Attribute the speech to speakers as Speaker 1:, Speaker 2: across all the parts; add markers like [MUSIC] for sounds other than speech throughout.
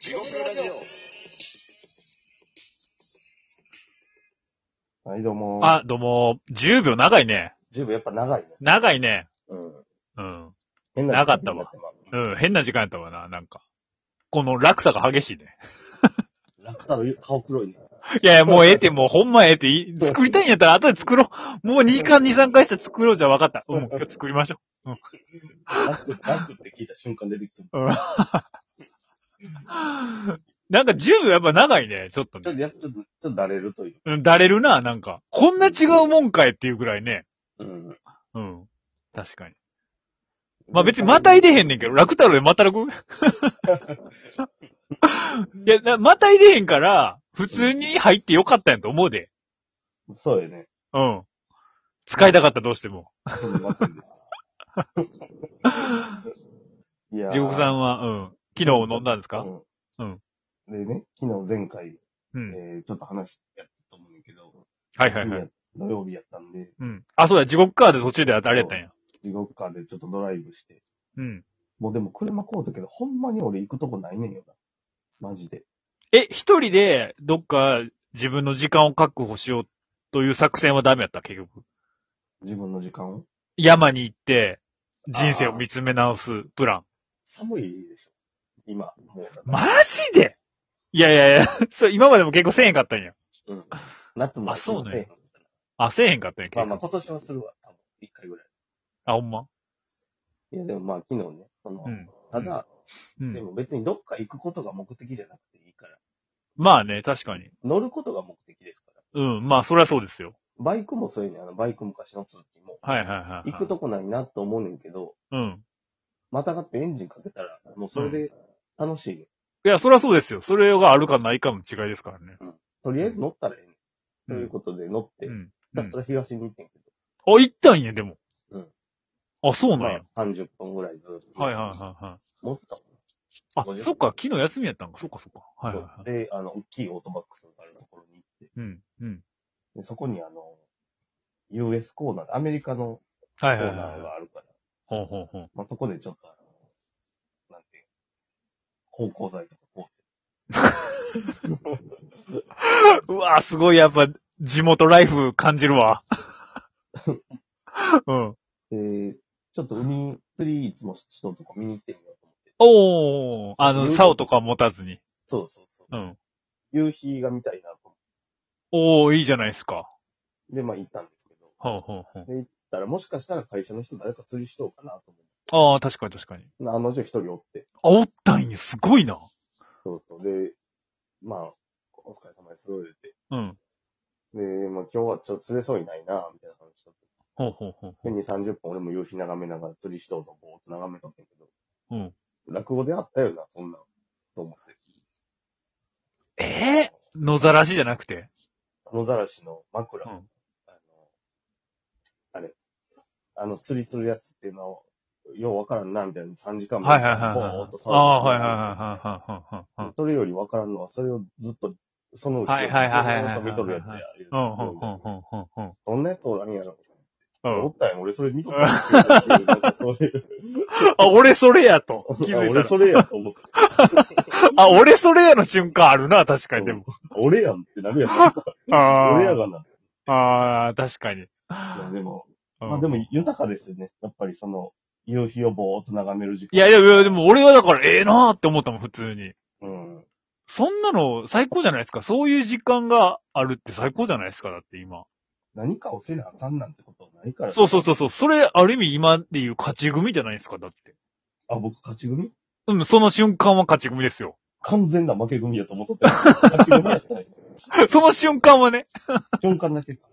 Speaker 1: 地獄のラジオ。
Speaker 2: はい、どうも。
Speaker 3: あ、、どうも、10秒長いね。
Speaker 2: 10秒やっぱ長いね。
Speaker 3: 長いね。
Speaker 2: うん。
Speaker 3: うん。
Speaker 2: 変
Speaker 3: なかった
Speaker 2: 時間
Speaker 3: わ
Speaker 2: になてまう。
Speaker 3: うん、変な時間やったわな、なんか。この落差が激しい [LAUGHS] ね。
Speaker 2: 楽太郎、顔黒いね。
Speaker 3: いやいや、もうええって、もうほんまええってい、作りたいんやったら後で作ろう。もう2巻、2、3回して作ろうじゃ分かった。うん、今日作りましょ
Speaker 2: [LAUGHS] 楽、楽って聞いた瞬間出てきてる。
Speaker 3: う。なんか10秒やっぱ長いね、ちょっと
Speaker 2: ちょっと、や
Speaker 3: ね。
Speaker 2: っぱちょっと、ちょっとだれるという。
Speaker 3: うん、だれるな、なんか。こんな違うもんかいっていうぐらいね。
Speaker 2: うん。
Speaker 3: うん。確かに。まあ別にまたいでへんねんけど、楽太郎でまたらく [LAUGHS] いや、なまたいでへんから、普通に入ってよかったんやと思うで。
Speaker 2: そうよね。
Speaker 3: うん。使いたかったどうしても。
Speaker 2: ちょっと待ってんです。
Speaker 3: [LAUGHS]
Speaker 2: いやー
Speaker 3: 地獄さんは、うん。昨日飲んだんですか
Speaker 2: うん。でね、昨日前回、
Speaker 3: うん。
Speaker 2: えー、ちょっと話やったと思うんだけど、
Speaker 3: はいはいはい。
Speaker 2: 土曜日やったんで、
Speaker 3: うん。あ、そうだ、地獄カーで途中であれやったんや。
Speaker 2: 地獄カーでちょっとドライブして、
Speaker 3: うん。
Speaker 2: もうでも車買うたけど、ほんまに俺行くとこないねんよな。マジで。
Speaker 3: え、一人で、どっか自分の時間を確保しようという作戦はダメやった、結局。
Speaker 2: 自分の時間を。
Speaker 3: 山に行って、人生を見つめ直すプラン。
Speaker 2: 寒いでしょ。今、もう。
Speaker 3: マジでいやいやいや、 [LAUGHS] そう、今までも結構せえへんかったんや。
Speaker 2: うん。夏も。
Speaker 3: あそうなん
Speaker 2: せ
Speaker 3: や
Speaker 2: えへん
Speaker 3: あ、せえへんかったんや、結
Speaker 2: まあ
Speaker 3: 構。
Speaker 2: まあ今年はするわ、多分。一回ぐらい。
Speaker 3: あ、ほんま
Speaker 2: いや、でもまあ昨日ね、その、
Speaker 3: うん。
Speaker 2: ただ、
Speaker 3: う
Speaker 2: で
Speaker 3: ん。
Speaker 2: も別にどっか行くことが目的じゃなくていいから、
Speaker 3: まあね、確かに。
Speaker 2: 乗ることが目的ですから。
Speaker 3: うん、まあ、それはそうですよ。
Speaker 2: バイクもそういうね、あの、バイク昔の通勤も。
Speaker 3: はいはいはいはい。
Speaker 2: 行くとこないなと思うねんけど、
Speaker 3: うん。
Speaker 2: またがってエンジンかけたら、もうそれで楽しいね、
Speaker 3: いや、それはそうですよ。それがあるかないかの違いですからね。
Speaker 2: とりあえず乗ったらええね、ん。
Speaker 3: うん
Speaker 2: ということで乗って、
Speaker 3: うん。
Speaker 2: ひたすら東に行ってんけ
Speaker 3: あ、行ったんや、でも。
Speaker 2: うん。
Speaker 3: あ、そう
Speaker 2: ど、
Speaker 3: なんや。
Speaker 2: まあ30分ぐらいずっと。
Speaker 3: はいはいはいはい。
Speaker 2: 持ったもん
Speaker 3: あ
Speaker 2: 50、
Speaker 3: そっか、昨日休みやったんか。そっかそっか。はいはいはい。
Speaker 2: で、あの、大きいオートバックスがあるところに行って、
Speaker 3: うん。うん。
Speaker 2: でそこにあの、US コーナー、アメリカの
Speaker 3: は
Speaker 2: コー
Speaker 3: い
Speaker 2: ナ
Speaker 3: はい
Speaker 2: ー
Speaker 3: はいはい。
Speaker 2: があるから、
Speaker 3: ほうほうほう。
Speaker 2: まあ、そこでちょっとあの、なんていう、芳香剤とかこ
Speaker 3: うわぁ、すごい、やっぱ、地元ライフ感じ
Speaker 2: [LAUGHS]
Speaker 3: るわ。うん。
Speaker 2: う。で、ちょっと海釣りいつもしとるとこ見に行ってみようと思って。
Speaker 3: おー、あの、竿とか持たずに。
Speaker 2: そうそうそう。
Speaker 3: うん。
Speaker 2: 夕日が見たいなと思っ
Speaker 3: おー、いいじゃないですか。
Speaker 2: て。で、まあ行ったんですけど。
Speaker 3: ほうほうほう。
Speaker 2: で、行ったら、もしかしたら会社の人誰か釣りしとうかなと思
Speaker 3: ああ、確かに確かに。
Speaker 2: って。あの女一人おって。
Speaker 3: あ、おったんや、すごいな。
Speaker 2: そうそう。で、まあ、お疲れ様です。言うて。
Speaker 3: うん。
Speaker 2: で、まあ今日はちょっと釣れそうにないな、みたいな話しとって。
Speaker 3: ほうほうほうほ
Speaker 2: で、2、30分俺も夕日眺めながら釣りしとうとぼーっと眺めとってんけど。
Speaker 3: う。うん。
Speaker 2: 落語であったよな、そんなん。と思って。
Speaker 3: ええ野ざらしじゃなくて。
Speaker 2: 野ざらしの枕、
Speaker 3: うん
Speaker 2: あの、あれ、あの、釣りするやつっていうのを、ようわからんな、みたいな3時間も
Speaker 3: はいはいはい
Speaker 2: ぼ
Speaker 3: は
Speaker 2: ーっ
Speaker 3: い
Speaker 2: と。
Speaker 3: あ
Speaker 2: 触
Speaker 3: あ、
Speaker 2: っ
Speaker 3: はい
Speaker 2: て
Speaker 3: はいはいはいはいはいはい。
Speaker 2: それよりわからんのは、それをずっと、その後ろ
Speaker 3: はいはいはいはいはい
Speaker 2: ずっと見とるやつや。
Speaker 3: うん、ほんほんほんほんほん。
Speaker 2: そんなやつおらんやろ。
Speaker 3: うん
Speaker 2: おったやん、俺それ見とったんやなん
Speaker 3: [LAUGHS]
Speaker 2: かそういう。
Speaker 3: あ、俺それやと。気
Speaker 2: あ
Speaker 3: づいた
Speaker 2: 俺
Speaker 3: ら。
Speaker 2: それやと思って。
Speaker 3: あ、俺それやの瞬間あるな、確かに。でも。
Speaker 2: 俺やんってなるやん。なんか
Speaker 3: あ
Speaker 2: 俺やがな。
Speaker 3: あ。ああ、確かに。
Speaker 2: いや、でも、
Speaker 3: うん
Speaker 2: まあでも豊かですよね。やっぱりその、夕日をぼーっと眺める時間。
Speaker 3: いやいやいや、でも俺はだからええなーって思ったもん、普通に。
Speaker 2: うん。
Speaker 3: そんなの最高じゃないですか。そういう時間があるって最高じゃないですか、だって今。
Speaker 2: 何かをせなあかんなんてことないから。
Speaker 3: そうそうそうそう。それ、ある意味今でいう勝ち組じゃないですか、だって。
Speaker 2: あ、僕勝ち組
Speaker 3: うん、その瞬間は勝ち組ですよ。 [LAUGHS]
Speaker 2: 完全な負け組やと思っとったよ。勝ち組やったよ。
Speaker 3: その瞬間はね。 [LAUGHS]
Speaker 2: 瞬間だけか。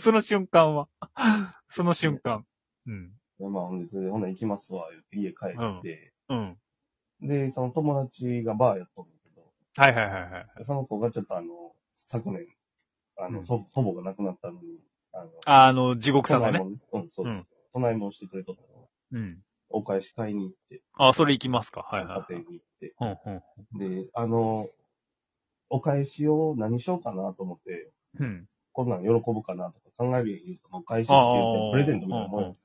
Speaker 3: その瞬間は。 [LAUGHS] その瞬間。うん。
Speaker 2: いやまあ、ほんで、それで、ほな行きますわ、言って家帰って、
Speaker 3: うん。
Speaker 2: で、その友達がバーやっとるんだけど、
Speaker 3: はいはいはいはい。
Speaker 2: その子がちょっとあの、昨年、あの、
Speaker 3: うん
Speaker 2: 祖祖母が亡くなったのに、あの、
Speaker 3: あの、地獄さん
Speaker 2: 供
Speaker 3: が
Speaker 2: え
Speaker 3: ね。
Speaker 2: 物、うん、そうそうう。
Speaker 3: ん
Speaker 2: 供え物してくれとったの。
Speaker 3: うん。
Speaker 2: お返し買いに行って、
Speaker 3: あ、それ行きますか。はいは
Speaker 2: 家
Speaker 3: い
Speaker 2: 庭
Speaker 3: はい。
Speaker 2: に行って、
Speaker 3: ほんほん。
Speaker 2: で、あの、お返しを何しようかなと思って、
Speaker 3: うん。
Speaker 2: こんなん喜ぶかなとか考えるやん言うと、お返しって
Speaker 3: あ
Speaker 2: 言
Speaker 3: あ
Speaker 2: って、プレゼントみたいなもんやんか。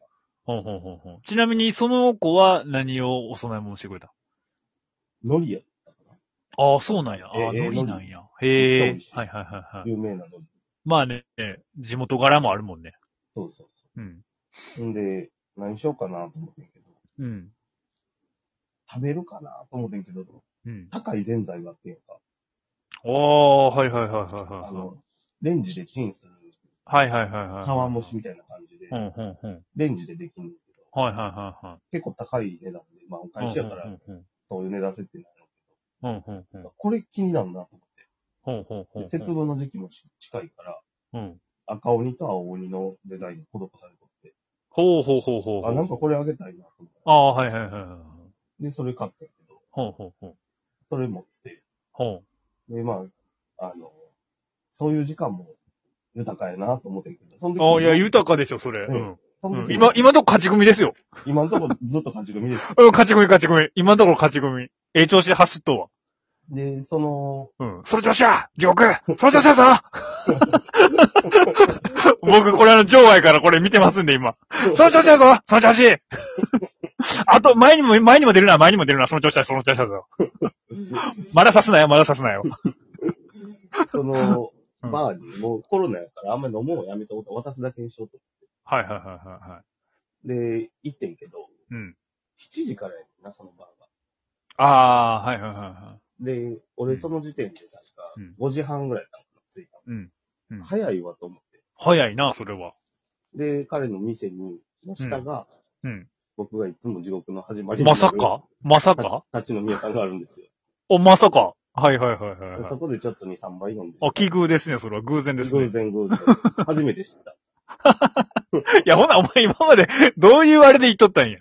Speaker 3: ほんほんほんほん。ちなみに、その子は何をお供え物してくれた
Speaker 2: ノリや。
Speaker 3: ああ、そうなんや。ああ、
Speaker 2: ええ
Speaker 3: 海苔なんや。
Speaker 2: 苔めっちゃ美
Speaker 3: へえ
Speaker 2: 味し。い
Speaker 3: はいはいはいはい。
Speaker 2: 有名なのに。
Speaker 3: まあね、ええ地元柄もあるもんね。
Speaker 2: そうそう
Speaker 3: うん。
Speaker 2: そう。んで、何しようかなと思ってんけど、
Speaker 3: うん。
Speaker 2: 食べるかなと思ってんけど、
Speaker 3: うん。
Speaker 2: 高いぜんざいがあってんやんか。
Speaker 3: ああ、はいはいはいはい
Speaker 2: あ
Speaker 3: はい。
Speaker 2: の、レンジでチンする
Speaker 3: はいはいはいはい。
Speaker 2: 茶碗蒸しみたいな感じで
Speaker 3: う、んうんうん。
Speaker 2: レンジでできるんだけど、
Speaker 3: はいはいはいはい。
Speaker 2: 結構高い値段で、まあお会社やか
Speaker 3: う
Speaker 2: ら
Speaker 3: んうん
Speaker 2: そういう値段設定なの
Speaker 3: うん。うんうんう
Speaker 2: け
Speaker 3: ん
Speaker 2: ど、これ気になるなと思
Speaker 3: ほうほうほ
Speaker 2: っ
Speaker 3: う
Speaker 2: て。で節分の時期もち近いから、
Speaker 3: うん。
Speaker 2: 赤鬼と青鬼のデザインが施されとって、
Speaker 3: ほうほうほうほうほう。
Speaker 2: あ、なんかこれあげたいなと思って。
Speaker 3: ああ、はいはいはいはい。
Speaker 2: で、それ買ったけど、
Speaker 3: ほうほうほう。
Speaker 2: それ持って、
Speaker 3: ほ
Speaker 2: で、まあ、あの、そういう時間も豊かやなと思ってんけど、その
Speaker 3: う。ああ、いや、
Speaker 2: 言う
Speaker 3: 豊かでしょ、それ。
Speaker 2: う
Speaker 3: うんん。
Speaker 2: その
Speaker 3: うん
Speaker 2: 時
Speaker 3: 今、今のとこ勝ち組ですよ。
Speaker 2: 今のところずっと勝ち組です。
Speaker 3: うん、勝ち組、勝ち組。今のところ勝ち組。ええ調子で走っとうわ。
Speaker 2: で、その、
Speaker 3: うん。その調子や地 [LAUGHS] 獄その調子やぞ僕、これあの、場外からこれ見てますんで、今。その調子やぞその調子あと、前にも、前にも出るな、前にも出るな、その調子だ、その調子だぞ。まだ刺すなよ、まだ刺すなよ。
Speaker 2: その、
Speaker 3: うん
Speaker 2: バーに、もうコロナやからあんまり飲もうやめて渡すだけにしようと。
Speaker 3: はいはいはいはいはい。
Speaker 2: で、行ってんけど、
Speaker 3: うん。
Speaker 2: 7時からやねんな、そのバーが。
Speaker 3: ああー、はいはいはいは
Speaker 2: で、俺その時点で
Speaker 3: う
Speaker 2: なん
Speaker 3: ん
Speaker 2: か、5時半ぐらいだったの、着いた
Speaker 3: い。うん。
Speaker 2: の。早いわと思って。
Speaker 3: 早いな、それは。
Speaker 2: で、彼の店に、の下が、
Speaker 3: うん。
Speaker 2: 僕がいつも地獄の始まりに
Speaker 3: まさかまさか
Speaker 2: 立ち飲み屋さんがあるんですよ。
Speaker 3: お、まさか。はいはいはいはい
Speaker 2: で
Speaker 3: は
Speaker 2: そ
Speaker 3: い。
Speaker 2: こでちょっと2、3杯飲んで。
Speaker 3: あ、奇遇ですね、それは。偶然です
Speaker 2: 偶
Speaker 3: ね。
Speaker 2: 然偶然。初めて知った。
Speaker 3: いや、ほな、お前今まで、どういうあれで言っとったんや。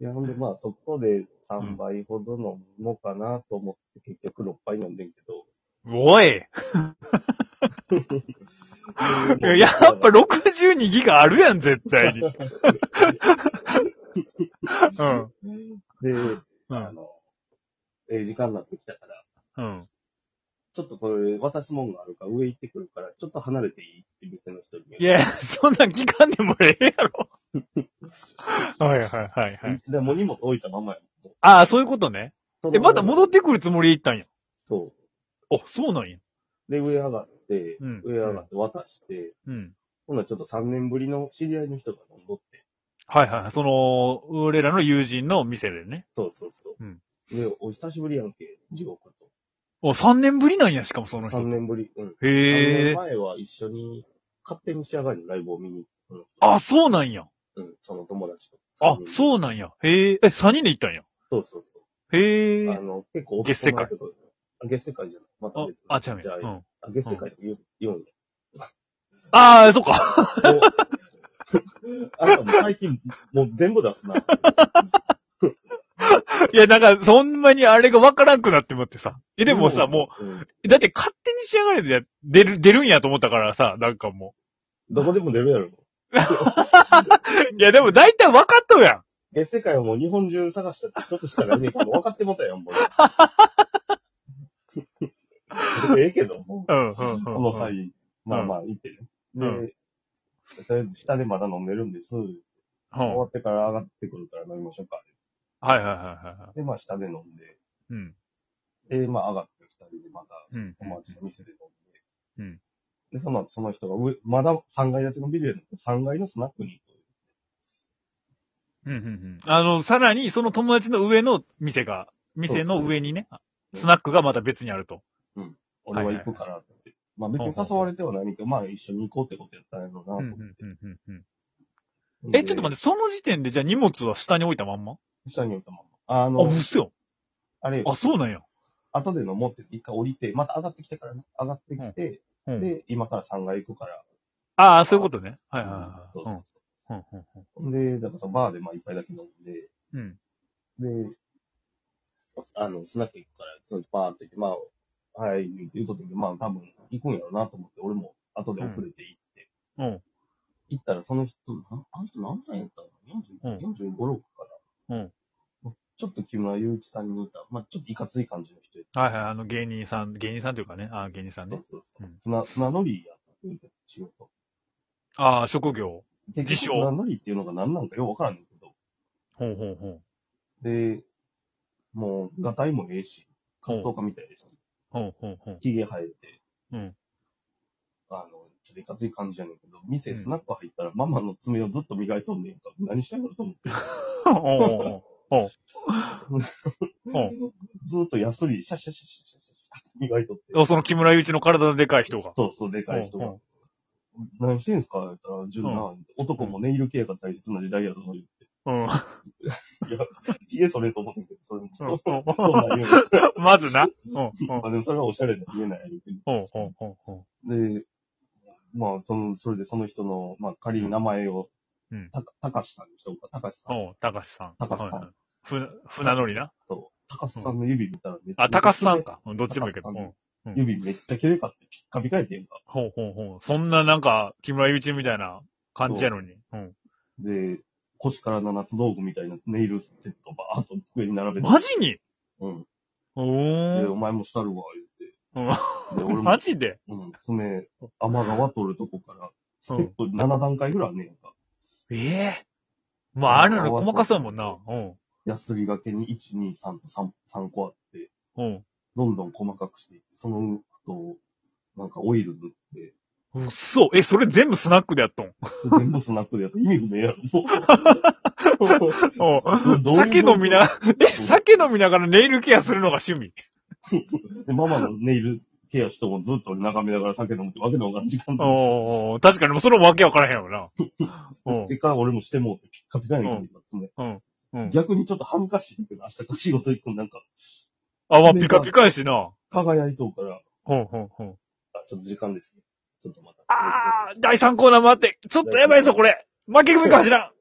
Speaker 2: いや、ほんでまあそこで3杯ほど飲もうかなと思って、結局6杯飲んでんけど。
Speaker 3: おいい [LAUGHS] ややっぱ62ギガあるやん、絶対に。うん。
Speaker 2: で、
Speaker 3: う
Speaker 2: あ
Speaker 3: ん。
Speaker 2: の、ええ時間になってきたから、
Speaker 3: うん。
Speaker 2: ちょっとこれ渡すもんがあるから上行ってくるから、ちょっと離れていいって店の人に言う。
Speaker 3: いや、そんなん聞かんでもええや [LAUGHS] ろ。はいはいはいはい。
Speaker 2: でもう荷物置いたままやもん
Speaker 3: ああ、そういうことね。
Speaker 2: その
Speaker 3: え、まだ戻ってくるつもりで行ったんや。
Speaker 2: そ
Speaker 3: あ、そうなんや。
Speaker 2: う。で、上上がって、
Speaker 3: うん
Speaker 2: 上上がって渡して、
Speaker 3: うん。
Speaker 2: ほんならちょっと3年ぶりの知り合いの人が飲んどって。
Speaker 3: はいはいはい。その、俺らの友人の店でね。
Speaker 2: そうそうそう。
Speaker 3: うん
Speaker 2: で、お久しぶりやんけ、地獄と。
Speaker 3: お、3年ぶりなんや、しかもその
Speaker 2: 3
Speaker 3: 人。
Speaker 2: 年ぶり。うん。3年
Speaker 3: へえ。
Speaker 2: 前は一緒に勝手に仕上がりのライブを見に行って、
Speaker 3: あ、そうなんや。
Speaker 2: うん、その友達と。
Speaker 3: あ、
Speaker 2: う
Speaker 3: そうなんや。へえ。え、3人で行ったんや。
Speaker 2: そうそうそう。
Speaker 3: へ
Speaker 2: あ
Speaker 3: え。
Speaker 2: の、結構
Speaker 3: 月世界
Speaker 2: 男の人と。あ月世界じゃない。また
Speaker 3: あ
Speaker 2: 別、
Speaker 3: あ、ちゃう
Speaker 2: じゃ
Speaker 3: やん。う
Speaker 2: あ
Speaker 3: ん。
Speaker 2: あ、月世界と言う言うん
Speaker 3: ああ、そっか。
Speaker 2: や。もうあなたもう最近、もう全部出すな。
Speaker 3: いや、なんか、そんなにあれがわからんくなってもってさ。え、 [LAUGHS] でもさ、も
Speaker 2: う、うん
Speaker 3: う、だって勝手に仕上がれで出る、出るんやと思ったからさ、なんかも
Speaker 2: どこでも出るやろ。
Speaker 3: う。いや、でも大体わかっとるやん。
Speaker 2: 月世界はもう日本中探したって一つしかないねんから、もう [LAUGHS] 分かってもたやん、もう。ええけど、もう。
Speaker 3: うん、うん、うん。
Speaker 2: この際、まあまあ、行ってね。
Speaker 3: うん
Speaker 2: で、とりあえず下でまだ飲んでるんです。終
Speaker 3: うん。はい
Speaker 2: わってから上がってくるから飲みましょうか。
Speaker 3: はいはいは
Speaker 2: で、まあ下で飲んで、
Speaker 3: い。うん。
Speaker 2: で、まあ上がって二人でまた
Speaker 3: うん。
Speaker 2: 友達の店で飲
Speaker 3: うんん
Speaker 2: で、で、その後その人が上、まだ3階建てのビルやの3階のスナックに
Speaker 3: うん、うん、うん。あの、さらに、その友達の上の店が、店の上にね、スナックがまた別にあると。
Speaker 2: 俺は行くからって。まあ別に誘われてはないけど、まあ一緒に行こうってことやったんやろうなと
Speaker 3: う
Speaker 2: 思
Speaker 3: ん、う
Speaker 2: って
Speaker 3: ん、うん、うんうん。え、ちょっと待
Speaker 2: って。
Speaker 3: って、その時点で、じゃあ荷物は下に置いたまんま
Speaker 2: 下に置いたまま。あ
Speaker 3: あ、
Speaker 2: の、
Speaker 3: 嘘よ。
Speaker 2: あれ、
Speaker 3: あ、そうなんや。
Speaker 2: 後で飲もうって言って一回降りて、また上がってきたからね。上がってきて、
Speaker 3: うん。
Speaker 2: で、今から3階行くから。
Speaker 3: ああ、そういうことね。はいはいはい
Speaker 2: そう
Speaker 3: は
Speaker 2: そ。
Speaker 3: いううん
Speaker 2: そう。
Speaker 3: う
Speaker 2: ほん
Speaker 3: んうん
Speaker 2: で、だからさ、バーでまあ一杯だけ飲んで、
Speaker 3: うん。
Speaker 2: で、あの、スナック行くから、そうバーって言って、まあ、はい、言うて言うとったけど、まあ多分行くんやろうなと思って、俺も後で遅れて行って、
Speaker 3: うん。うん。
Speaker 2: 行ったらその人、なあの人何歳やったの ?40、45、6かな。
Speaker 3: うん。
Speaker 2: ちょっと木村祐一さんに似た、まあちょっといかつい感じの人やっ
Speaker 3: はいはい、あの芸人さん、芸人さんというかね、あー芸人さ
Speaker 2: た
Speaker 3: ん
Speaker 2: そ
Speaker 3: ね
Speaker 2: う。そうそう
Speaker 3: うん。
Speaker 2: 船、船乗りやったって言うて仕事。
Speaker 3: ああ、職業。
Speaker 2: で
Speaker 3: 自称
Speaker 2: 船乗りっていうのが何なのかよくわからんねんけど。
Speaker 3: ほうほうほう。
Speaker 2: で、もう、ガタイもええし、格闘家みたいでした。
Speaker 3: ほうほう
Speaker 2: [LAUGHS]
Speaker 3: ほう。
Speaker 2: ヒゲ生えて、
Speaker 3: うん。
Speaker 2: あの、ちょっといかつい感じやねんけど、店スナック入ったら、ママの爪をずっと磨いとんねんから、何してんのと思って。
Speaker 3: おおおお
Speaker 2: ずーっとやすり、シャシャシャシャシャシャ磨いとって。
Speaker 3: おその木村祐一の体のでかい人が。
Speaker 2: そうそう、でかい人
Speaker 3: うん
Speaker 2: が。何してんすか言ったら、柔軟、男もネイル系が大切な時代やぞ、言って。
Speaker 3: うん。
Speaker 2: いや、家それと思ってんけど、それも。
Speaker 3: う
Speaker 2: そう [LAUGHS] なん言うの
Speaker 3: [LAUGHS] んまずな。うん。うん。
Speaker 2: まあでもそれはおしゃれな家なんやねんけど。
Speaker 3: うん。うん。うん。
Speaker 2: で、まあ、その、それでその人の、まあ、仮に名前を、
Speaker 3: うん
Speaker 2: た、たかしさんにしとこうか、たかしさん
Speaker 3: おう高橋さん。
Speaker 2: 高橋さん
Speaker 3: はいはい。ふ、船乗りな。
Speaker 2: と、たかしさんの指見たらめっちゃ、
Speaker 3: あ、高橋さん。か。うんどっちでもいいけど。う
Speaker 2: 高橋さん
Speaker 3: ん。うん
Speaker 2: 指めっちゃ綺麗かって、ピッカピカやってんか。
Speaker 3: ほうほうほう。そんななんか、木村祐一みたいな感じやのに。うん。
Speaker 2: で、腰から七つ道具みたいなネイルセットバーっと机に並べて。
Speaker 3: マジに
Speaker 2: うん。
Speaker 3: お
Speaker 2: で、
Speaker 3: ー
Speaker 2: お。前もしたるわ、
Speaker 3: うん
Speaker 2: 言って。で、俺も
Speaker 3: [LAUGHS] マ、ジで
Speaker 2: うん、爪、甘川取るとこから、ステップ7段階ぐらいあんねんか。
Speaker 3: ええまあ、あるの細かそうやもんな。うん。
Speaker 2: ヤスリがけに1、2、3と 3, 三個あって、
Speaker 3: うん。
Speaker 2: どんどん細かくしていって、その後、なんかオイル塗って、
Speaker 3: うっそ。え、それ全部スナックでやっとん。
Speaker 2: 全部スナックでやったら意味不明やろ、もう。[LAUGHS]
Speaker 3: う
Speaker 2: ど
Speaker 3: ん。
Speaker 2: ういう
Speaker 3: [LAUGHS] 酒飲みな、え、酒飲みながらネイルケアするのが趣味。
Speaker 2: で、ママのネイルケアしてもずっと眺めながら酒飲むってわけのわからん時間だ。
Speaker 3: おー確かに、それもわけわからへんよ
Speaker 2: [LAUGHS]
Speaker 3: な。うん。
Speaker 2: 結果俺もしてもうてピッカピカやねんけど、爪
Speaker 3: うん。
Speaker 2: 逆にちょっと恥ずかしいけど、明日仕事行くのなんか、
Speaker 3: あ、まあ、ピカピカやしな。
Speaker 2: 輝いとうから、
Speaker 3: ほんほんほん。
Speaker 2: あ、ちょっと時間ですね。ちょっとまた。
Speaker 3: あー、第3コーナーもあって、ちょっとやばいぞ、これ。負け組かもしらん。